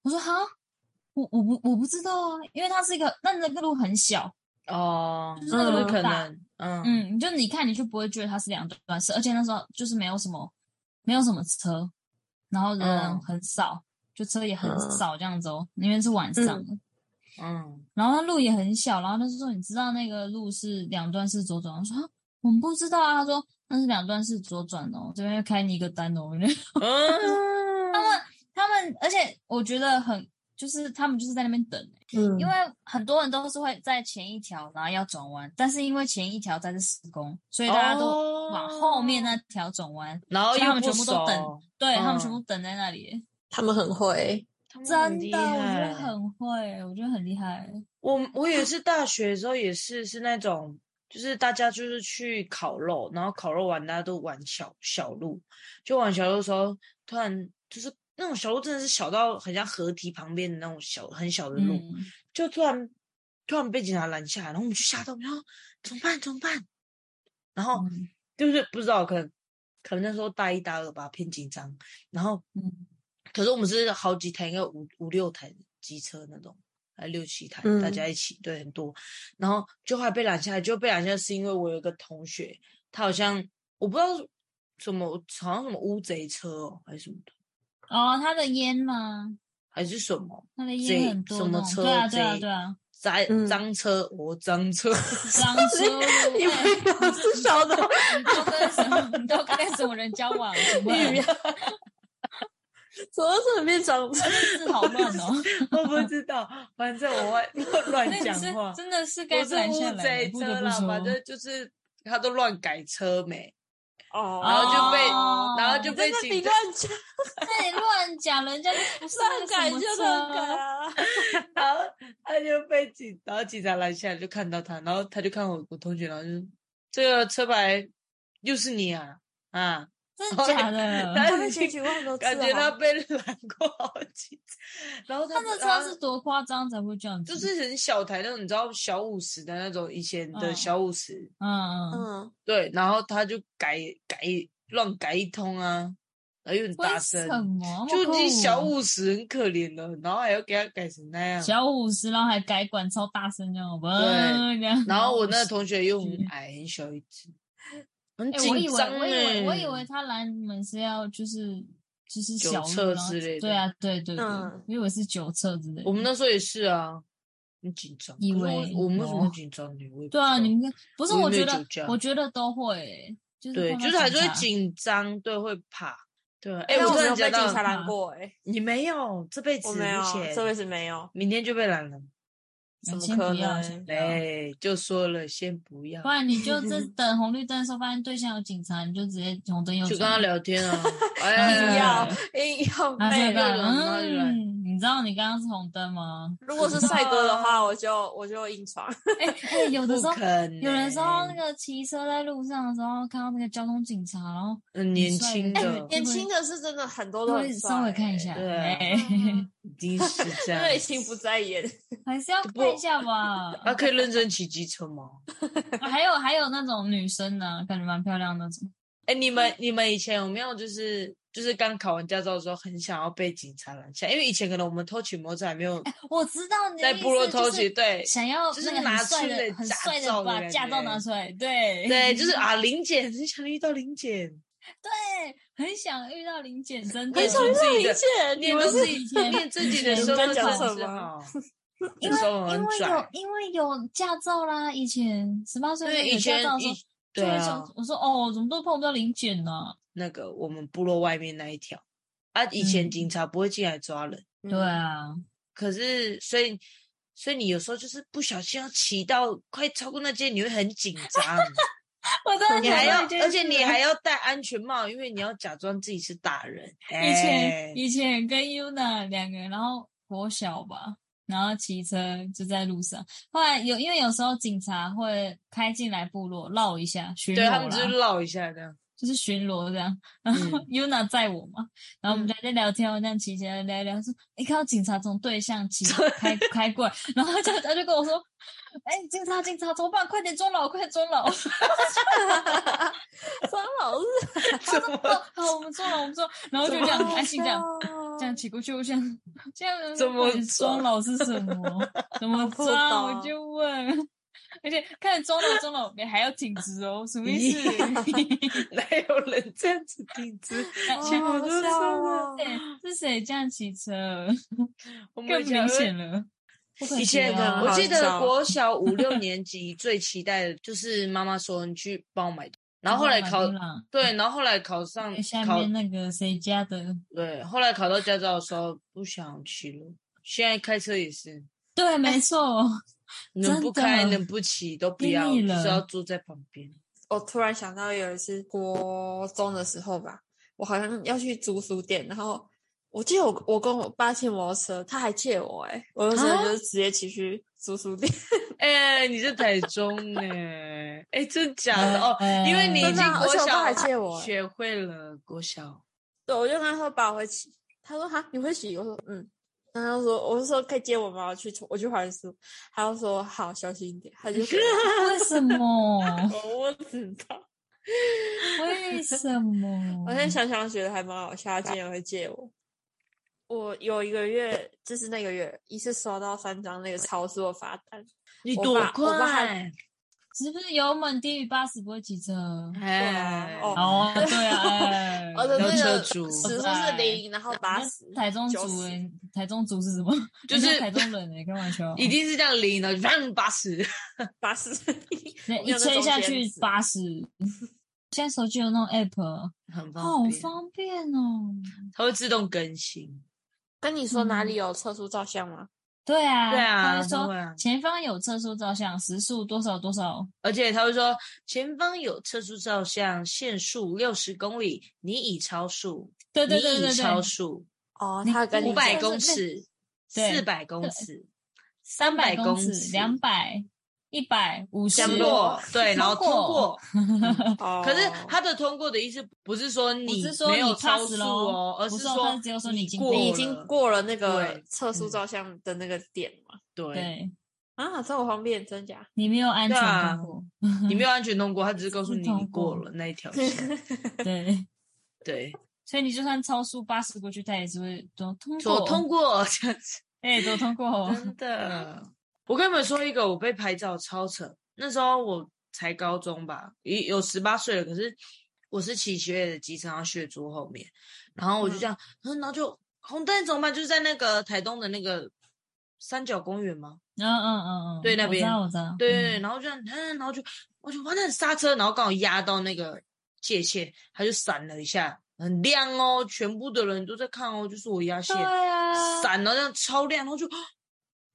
我说哈，我我不我不知道啊，因为它是一个那那个路很小，哦，就是那个有可很大能，嗯嗯，就你看你就不会觉得它是两段式，而且那时候就是没有什么没有什么车，然后嗯人很少，就车也很嗯少这样子哦，因为是晚上的，嗯，然后它路也很小，然后他就说你知道那个路是两段式左转，我说啊我们不知道啊，他说那是两段式左转哦，这边要开你一个单哦，我觉得嗯他们 他们，而且我觉得很就是他们就是在那边等、欸嗯因为很多人都是会在前一条，然后要转弯，但是因为前一条在这施工，所以大家哦都往后面那，条转弯。然后所以他又们不全部都熟等，对、他们嗯全部等在那里，他们 很会，他们真很厉的，我觉得害。很会，我觉得很厉害。我我也是大学的时候也是是那种，就是大家就是去烤肉，然后烤肉完大家都玩小小路，就玩小路的时候，突然就是那种小路真的是小到很像河堤旁边的那种小很小的路，嗯，就突然突然被警察拦下来，然后我们就吓到，然后怎么办怎么办？然后嗯就是不知道，可能可能那时候大一大二吧，偏紧张。然后，嗯可是我们是好几台，应该有五五六台机车那种，还六七台，嗯大家一起，对，很多。然后就还被拦下来，就被拦下来是因为我有一个同学，他好像我不知道什么，好像什么乌贼车哦，还是什么的，哦，他的烟嘛，还是什么他的贼烟很多什么那种车对啊，对啊，贼对 啊，脏嗯脏车，我脏车。 脏车，你对们 都是小的，你都跟什么？你都跟什么人交往？请问你们 怎么这么变长？字好乱 哦。我不知道，反正我会 乱那你讲是话。真的是该我是拦下乌来贼的，不车得不啦，说。反正就是他都乱改车没，哦，然后就被，哦然后就你真被的比警察乱，讲那你乱讲，人 家就不是乱改什么就车乱改啊！然后他就被警，然后警察拦下来就看到他，然后他就看我我同学，然后就这个车牌又是你啊哦啊！真的假的？他他们前几万都啊 感觉他哦被 拦过好几次，然后他他的然车后是多夸张才会这样子？就是很小台那种，你知道小五十的那种以前的嗯小五十，嗯嗯，嗯，对，然后他就改改乱改一通啊，然后又很为大什声，么？就已经小五五十很可怜了，然后还要给他改成那样。哦小五十，然后还改管超大声这样，这样然后我那个同学又很矮，很小一只，很哎，我紧以为张我以为我欸以为他拦你们是要就是就是酒小测路，然后之类的对啊，对对对，嗯因为我是酒测之类的。我们那时候也是啊，很紧张。以可是为我我们为什么有紧张呢？我也不对啊，知道你们不是？我也我没觉有得酒驾，我觉得都会欸，就是对，碰就是到还警是会察紧张，对，会怕，对啊。哎、但我我突没然有被讲警到，察拦过哎、你没有这辈子我没有目，前这辈子没有。明天就被拦了。怎么先可哎不要，能先不要哎，就说了，先不要不，啊然你就 这等红绿灯的时候，发现对象有警察，你就直接红灯右就转。跟他聊天啊。不哎，要 硬要啊，对被吧？那个那个嗯，你知道你刚刚是红灯吗？如果是帅哥的 话，我就我就硬闯。哎、哎，有的时候不，可能，欸有的时候那个骑车在路上的时候，看到那个交通警察，然后嗯年轻很帅的的年轻的是真的很多就都会很哦嗯稍微看一下，对啊哎、 一定是这 样因。为心不在焉。还是要看一下 吧。他可以认真骑机车吗？还有还有那种女生呢，感觉蛮漂亮的那种，哎，你们你们以前有没有就是就是刚考完驾照的时候，很想要被警察拦下？因为以前可能我们偷骑摩托车还没有我知道你的在哎意思部落偷就是骑，对想要就是那个很拿出帅你的的很驾帅照的的把感驾照觉拿出来，对 对，就是啊，林检很想遇到林检，对，很想遇到林姐，真的很想遇到林检，见念都是以前念自己的你身们份在讲证什是么好，那时候因很为有拽，因为有驾照啦，以前十八岁的时候对以有驾前照的时候以，对就会想啊，我说哦，怎么都碰不到零检呢、那个我们部落外面那一条啊，以前嗯警察不会进来抓人，对嗯啊，可是所以所以你有时候就是不小心要骑到快超过那间，你会很紧张。我真的你想还到要一件，而且事你欸还要戴安全帽，因为你要假装自己是大人。以哎前以前跟 Yuna 两个人，然后国小吧，然后骑车就在路上。后来有因为有时候警察会开进来部落绕一下巡对逻他啦们，就是绕一下 这样。就是巡逻这样。 然后嗯 Yuna 载我嘛，然后我们嗯就在聊天，我这样骑起来聊一聊，说你看到警察从对向骑开开过来，然后他就他就跟我说， 哎、警察警察怎么办？快点装老，快点装老！ 张老师怎么哦好，我们装老，我们装老， 然后就这样哦很开心这样。这样骑过去，我想这样怎么装装老是什么？怎 么不装？我哦懂就问。 而且看着装老装老，你还要挺直哦，什么意思？ 哪有人这样子挺直？哦结果都是哦是谁这样骑车？我们更以前明显了。不可以惜前啊我好记得 笑国小五六年级最期待的就是妈妈说你去帮我买，然后后来考马丁朗对，然后后来考上下考面那个谁家的，对，后来考到驾照的时候不想骑了，现在开车也是。对，哎没错，哦能不真的开能不骑都不腻要，就了是要坐在旁边。我突然想到有一次国中的时候吧，我好像要去租书店，然后我记得我我跟我爸借摩托车，他还借我哎、我就真啊的就是直接骑去租书店，哎、你在台中呢、哎、真假的哦？因为哎你已真的经啊而国且我爸还小借我、欸，学会了国小，对，我就跟他说爸我会骑，他说哈你会骑，我说嗯。然后他说，我就说可以接我吗？我去我去还书。他就说好，小心一点。他就给我为什 么？我我知道。为什么？我现在想想觉得还蛮好笑，他竟然会借我。我有一个月，就是那个月一次收到三张那个超速的罚单，你我多爸我爸快还？是不是油门低于八十不会骑车？哎，哦哦，对啊，哎我的然后哦那车个主时速是零，然后八十，台中九族十哎，台中族是什么？ 就是人家台中人哎，开玩笑，一定是这样零的，让八十。八十，对没一有那吹中下间去值八十。现在手机有那种 app，很好 方便，方便哦。它会自动更新。跟你说哪里有测速照相吗？对啊，对啊他会会啊说前方有测速照相，时速多少多少，而且他会说，前方有测速照相，限速六十公里，你已超速，对对对你对已对，超速，哦，你他跟五你百讲，公尺，对四百公尺，三百公尺，两百、一百、五十，降落，对，然后通通过过。哦可是他的通过的意思不是说你不是说没有你超 pass 速咯哦，而不是哦说他是只有说你已经过你已了经过了那个对测速嗯照相的那个点嘛？对，对，啊，这么方便，真假？你没有安全对啊通过，你没有安全通过，他只是告诉你通你过过了那一条线。对， 对，所以你就算超速八十过去，他也是会都通说过，通过这样子，哎，都通过哦，真的。我跟你们说一个，我被拍照超扯。那时候我才高中吧，也有十八岁了，可是我是骑学姐的机车，然后学桌后面，然后我就这样，然后就红灯怎么办？就是在那个台东的那个三角公园吗？嗯嗯嗯嗯，对那我知边道我知道，对对嗯对，然后就这样，嗯，然后就我就完了刹车，然后刚好压到那个界限，它就闪了一下，很亮哦，全部的人都在看哦，就是我压线对啊，闪了，这样超亮，然后就，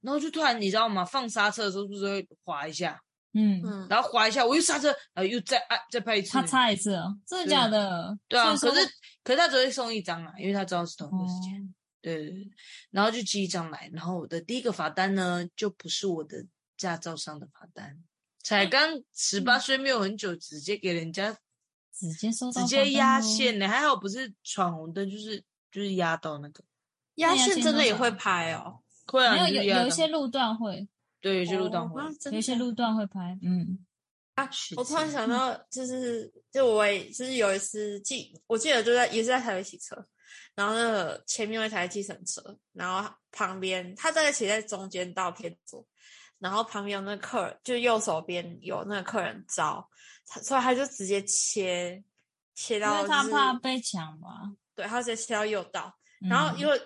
然后就突然你知道吗？放刹车的时候就是会滑一下，嗯，嗯，然后滑一下，我又刹车，然后又再按再拍一次他，擦一次哦，真的对假的？对啊，所以可说是可是他只会送一张啊，因为他知道是同一个时间。哦对对对，然后就寄一张来，然后我的第一个罚单呢，就不是我的驾照上的罚单，哦才刚十嗯八岁没有很久，直接给人家直接收到直罚接单哦压咯，线呢，还好不是闯红灯，就是就是压到那个，压那压线线真多的也少会拍哦，会啊，没有就有是压有一到些路段会，对，有些路段哦会，啊真有一些的路段会拍，嗯，是我突然这样想到，就是就我也就是有一次记，我记得就在也是在台北骑车，然后那个前面有一台计程车，然后旁边他大概骑在中间道偏左，然后旁边有那个客人，就右手边有那个客人招，他所以他就直接切切因到、为就是，他怕被抢吧，对，他直接切到右道，然后嗯因为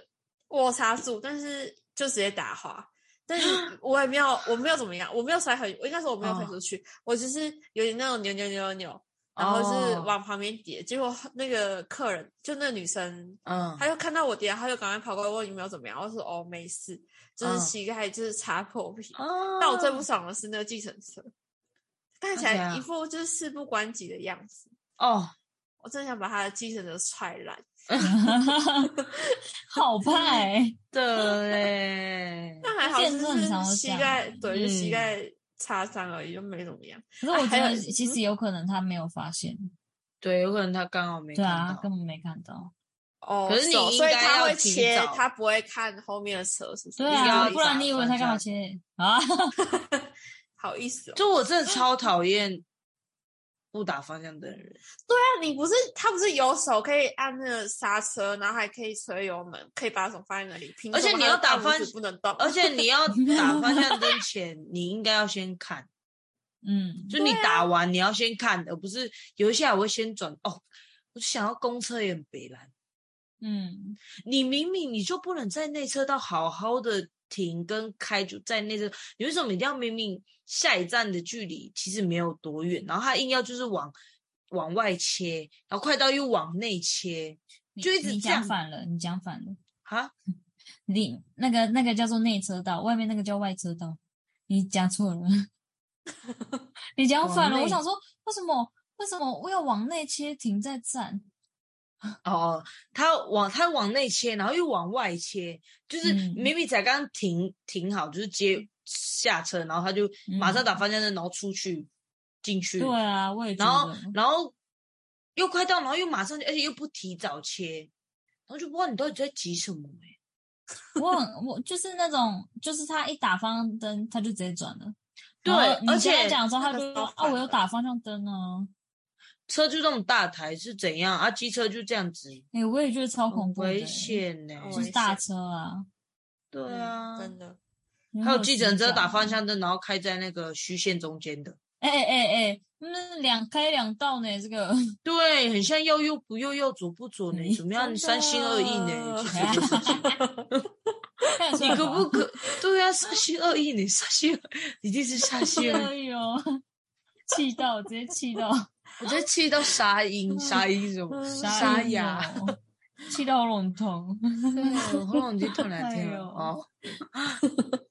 我刹住，但是就直接打滑，但是我也没有，我没有怎么样，我没有摔很，我应该说我没有飞啊哦出去，我只是有点那种扭扭扭扭扭，然后就是哦往旁边跌，结果那个客人就那个女生，嗯她就看到我跌，她就赶快跑过来问有没有怎么样，我说哦没事，就是嗯膝盖就是擦破皮。哦，但我最不爽的是那个计程车，看起看起来来一副就是事不关己的样子，哦，我真的想把他的计程车踹烂。 好怕欸对 嘞，但还好，健就身很常是会膝这样盖，对，就嗯膝盖擦伤而已，就没怎么样。可是哎我觉还得有其嗯实有可能他没有发现，对，有可能他刚好没对啊，看他到根，本没看到，哦可是你手应所以该他要会提切早，他不会看后面的车，是不是？对应该要啊，一不然下你以为他翻干嘛下切啊？ 好意思哦。就我真的超讨厌不打方向灯的人。那你不是他不是有手可以按那个刹车，然后还可以吹油门，可以把手放在那里，凭而且什么你他要的打大拇翻指不能动，而且你要打方向灯前，你应该要先看，嗯，就你打完、你要先看，而不是有一些还会先转哦。我就想要公车也很北蓝，嗯，你明明你就不能在内车道好好的停跟开，就在内车，你为什么一定要明明下一站的距离其实没有多远，然后他硬要就是往往外切，然后快到又往内切你就一直你这样讲反了，你讲反了，啊？你那个那个叫做内车道，外面那个叫外车道，你讲错 了，你讲反了。往内我想说，为什么为什么我要往内切停再站？哦，他往他往内切，然后又往外切，就是嗯明明才刚停停好，就是接下车，然后他就马上打方向灯，然后出去进去，嗯对啊，我也觉然后得，然后又快到，然后又马上，而且又不提早切，然后就不知道你到底在急什么、欸、我很我就是那种，就是他一打方向灯，他就直接转了。对然后你而跟他且讲的时候，那他个就说：“超啊，烦我有的打方向灯啊。车就这么大台是怎样啊？机车就这样子，”哎，我也觉得超很恐怖的危欸，险呢、很就是危险大车啊，对嗯啊，真的。还有计程车打方向。向灯，然后开在那个虚线中间的。哎哎哎，那两开两道呢，这个对，很像要又不又，要左不左呢？嗯怎么样？真你三心二意呢？的 其实这件事情看得出你来可吧不可？对啊，三心二意呢？三心二 一定是三心二可意。以哦，气到直接气到 我在气到沙音，沙音是什么？嗯沙哑哑哦，气到喉咙痛。对，喉咙已经痛来哎听呦了哦。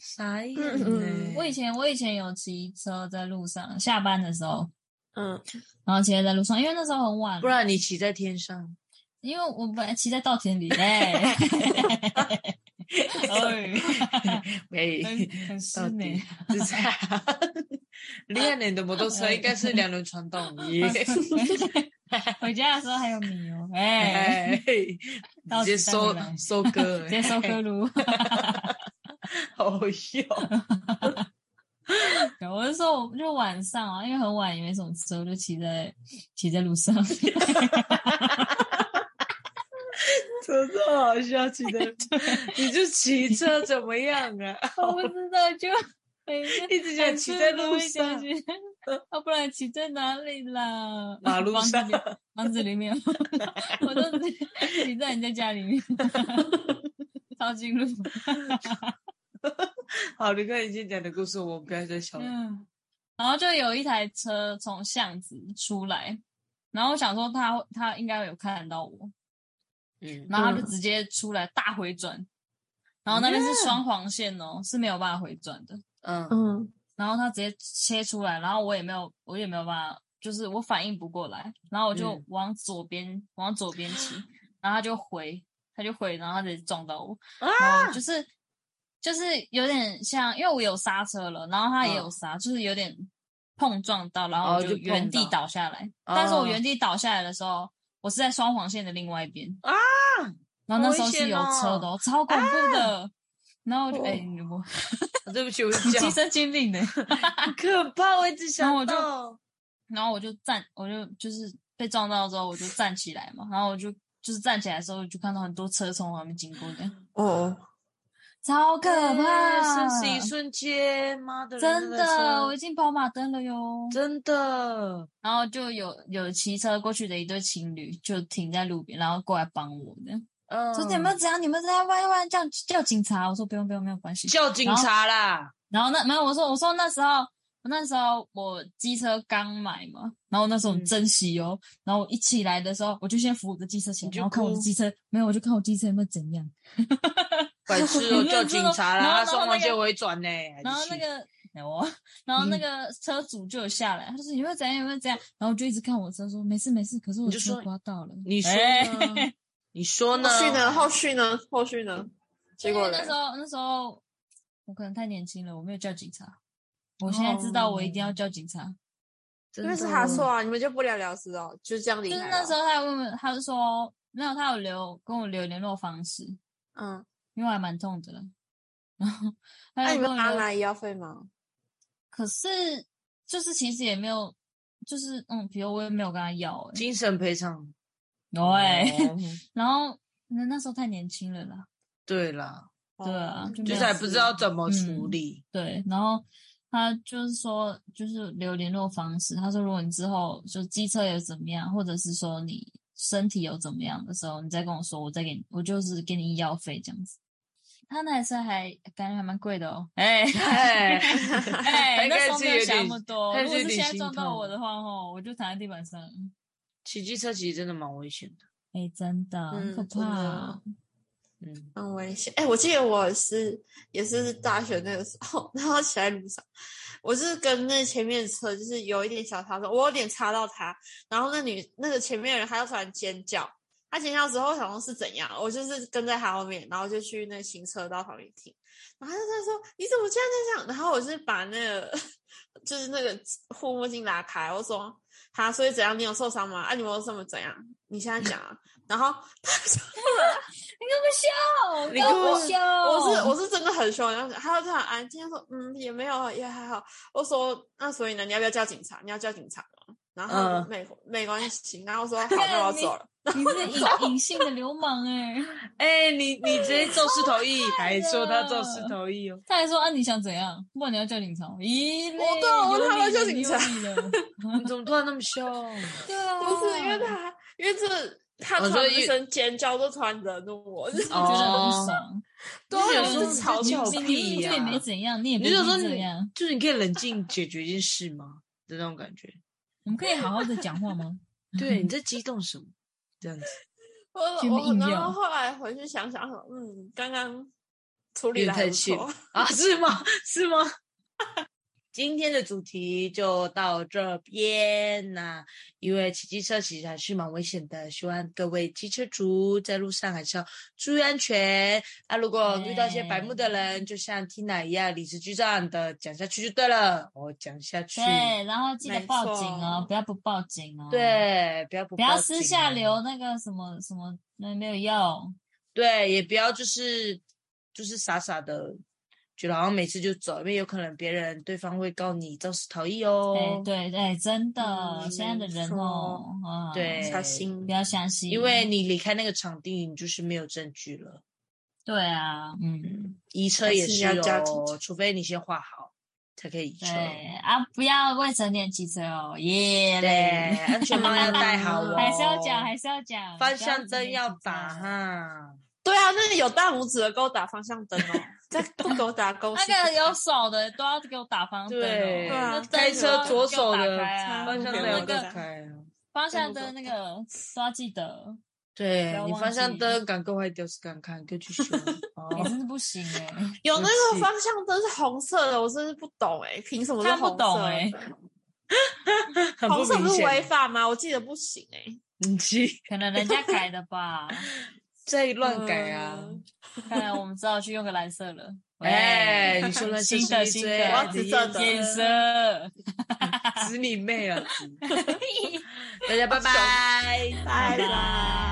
沙哑嗯呢？我以前我以前有骑车在路上，下班的时候，嗯，然后骑车在路上，因为那时候很晚不，然你骑在天上，因为我本来骑在稻田 里，哎，哎喂，很很到湿底呢。是这样？ 练你的摩托车应该是两轮传 动耶。 回家的时候还有米哦， 哎，哎，到直接此带收回来收 割，哎直接收割炉。好笑。对，我是说，我就晚上啊，因为很晚也没什么吃，我就骑在骑在路上。 真的好笑，骑的，你就骑车 怎么样啊？我不知道，就每次一直想骑在路上嗯每次 要啊不然骑在哪里啦？马路房子上里房子里面， 我都是骑在你在家里面， 抄近路。 好，你看你先讲的故事，我们不要再想了。嗯，然后就有一台车从巷子出来，然后我想说他他应该有看到我， 嗯，然后他就直接出来大回转，然后那边是双黄线哦，是没有办法回转的。嗯嗯，然后他直接切出来，然后我也没有，我也没有办法，就是我反应不过来，然后我就嗯往左边、往左边骑，然后他就回，他就回，然后他直接撞到我，啊然后就是就是有点像，因为我有刹车了，然后他也有嗯刹，就是有点碰撞到，然后哦我就碰原地到倒下来，但是我哦原地倒下来的时候，我是在双黄线的另外一边啊，然后那好时候危是险啊有车的、哦，超恐怖的。然后我就哦哎、你我对不起，我亲讲身经历呢，很可怕，我一直然后想我就到，然后我就站，我就就是被撞到之后，我就站起来嘛，然后我就就是站起来的时候，我就看到很多车从我旁边经过，这 样哦，超可怕，生死一瞬间，妈的，真那台的，车我已经跑马灯了哟。真的，然后就有有骑车过去的一对情侣就停在路边，然后过来帮我，这样嗯，说你们怎样，你们怎样，万一万一叫叫警察，我说不用不用，没有关系。叫警察啦？然后那没有，我说我说那时候我那时候我机车刚买嘛，然后那时候很嗯珍惜哦，然后我一起来的时候，我就先扶我的机车起来你，就然后看我的哭机车没有，我就看我机车有没有怎样。白痴哦，叫警察然后然啦！后他双黄那线个回转呢，然后那还是 个我，然嗯后那个车主就有下来，他就说有没有怎样，有没有怎样，然后我就一直看我车说没事没事，可是我你的就车说刮到了。你说哎呢？你说呢后？续呢？后续呢？后续呢？结因果为呢那时？候那时候我可能太年轻了，我没有叫警察。我现哦在知道我一定要叫警察。真因的为是他错啊，你们就不了了之哦，就这样离就是开了。那时候他有问我，他就说没有，他有留跟我留联络方式，嗯，因为我还蛮痛的了。 然后那他你就跟们我拿留，拿医药费吗？可是就是其实也没有，就是嗯，比如我也没有跟他要、欸，精神赔偿。对，哦， 然后那那时候太年轻了啦， 对啦，哦对啊就没就有是还不知道怎么处理。对，然后他就是说，就是留联络方式。他说，如果你之后就机车有怎么样，或者是说你身体有怎么样的时候，你再跟我说，我再给你，我就是给你医药费这样子。他那台车还感觉还蛮贵的哦， 哎哎， 哎，那大概时候是没有想点那么多。大概如是果有是点现在心撞到痛我的话，哦，我就躺在地板上，嗯骑机车其实真的蛮危险的。哎，真的很嗯可真的怕。嗯，很危险。哎、我记得我是也是大学那个时候， 然后骑在路上，我是跟那前面的车就是有一点小擦撞，我有点擦到他，然后那女那个前面的人她就突然尖叫，她尖叫之后我想说是怎样，我就是跟在她后面，然后就去那个行车道旁边停，然后她就在说你怎么这样这样这样，然后我是把那个 就是那个护目镜拉开，我说。他所以怎样？你有受伤吗？啊，你有没有什么怎样？你现在讲啊。然后他就你你跟跟我我笑，我是哦我是真的很凶，然后他就突然安静，他说嗯也没有也还好。我说那所以呢，你要不要叫警察？你要叫警察吗？然后他说、嗯没没关系，然后我说好，那我你走了。你是隐 隐性的流氓哎。哎，你你直接肇事逃逸，还说他肇事逃逸哦？他还说啊，你想怎样？不然你要叫警察吗？咦，嘞对啊我有他妈理叫了警有察理了 你怎么突然那么凶？对啊，不是因为他，因为这他我突说然一因声尖叫，就突然惹怒我，就就是是觉得很哦爽，对啊，有就时候是吵你架就你是明屁明就也呀没怎样，你也你不就想是说这你样，就是你可以冷静解决一件事吗？的那种感觉。我们可以好好的讲话吗？ 对，你在激动什么？这样子我全部我硬然要后后来回去想想，嗯，刚刚处理有点的还太不气了错。啊？是吗？ 是吗？今天的主题就到这边啦、因为骑机车其实还是蛮危险的，希望各位机车族在路上还是要注意安全啊！如果遇到一些白目的人，就像 Tina 一样理直气壮的讲下去就对了，我、讲下去，对，然后记得没报错警哦，不要不报警哦，，对，不要不不要报私警下啊留那个什么什么，那没有用，对，也不要就是就是傻傻的，觉得好像每次就走，因为有可能别人对方会告你肇事逃逸哦。哎，对哎，真的，嗯现在的人哦，啊，对小心不，要相信，因为你离开那个场地，你就是没有证据了。对啊，嗯。嗯，移车还也是是要加哦，紧除非你先画好，才可以骑对车。啊，不要未成年骑车哦，耶对，嘞！ 安全帽要戴好哦，还是要讲，还是要讲，方向灯要打哈。哈。对啊，那个有大拇指的给我打方向灯哦，再不给我打勾。那个有手的都要给我打方向灯哦、对那灯开车都要左给我手打的开啊方方向灯向灯要要打打开啊！方向灯那个都要记 得，对不要你忘方向记灯赶够坏掉是赶看，给我去修。 你哦，真是不行哎、有那是个方向灯是红色的，我真是不懂哎、凭什么是看不红色的？懂哎、 很红色明不是显违法吗？我记得不行哎、 你去可能人家改的吧。再乱改啊！嗯 看来我们只好去用个蓝色 了。喂哎你说那是新的新的我要紫色的眼色， 啊 指你妹了！指 大家拜拜，拜拜。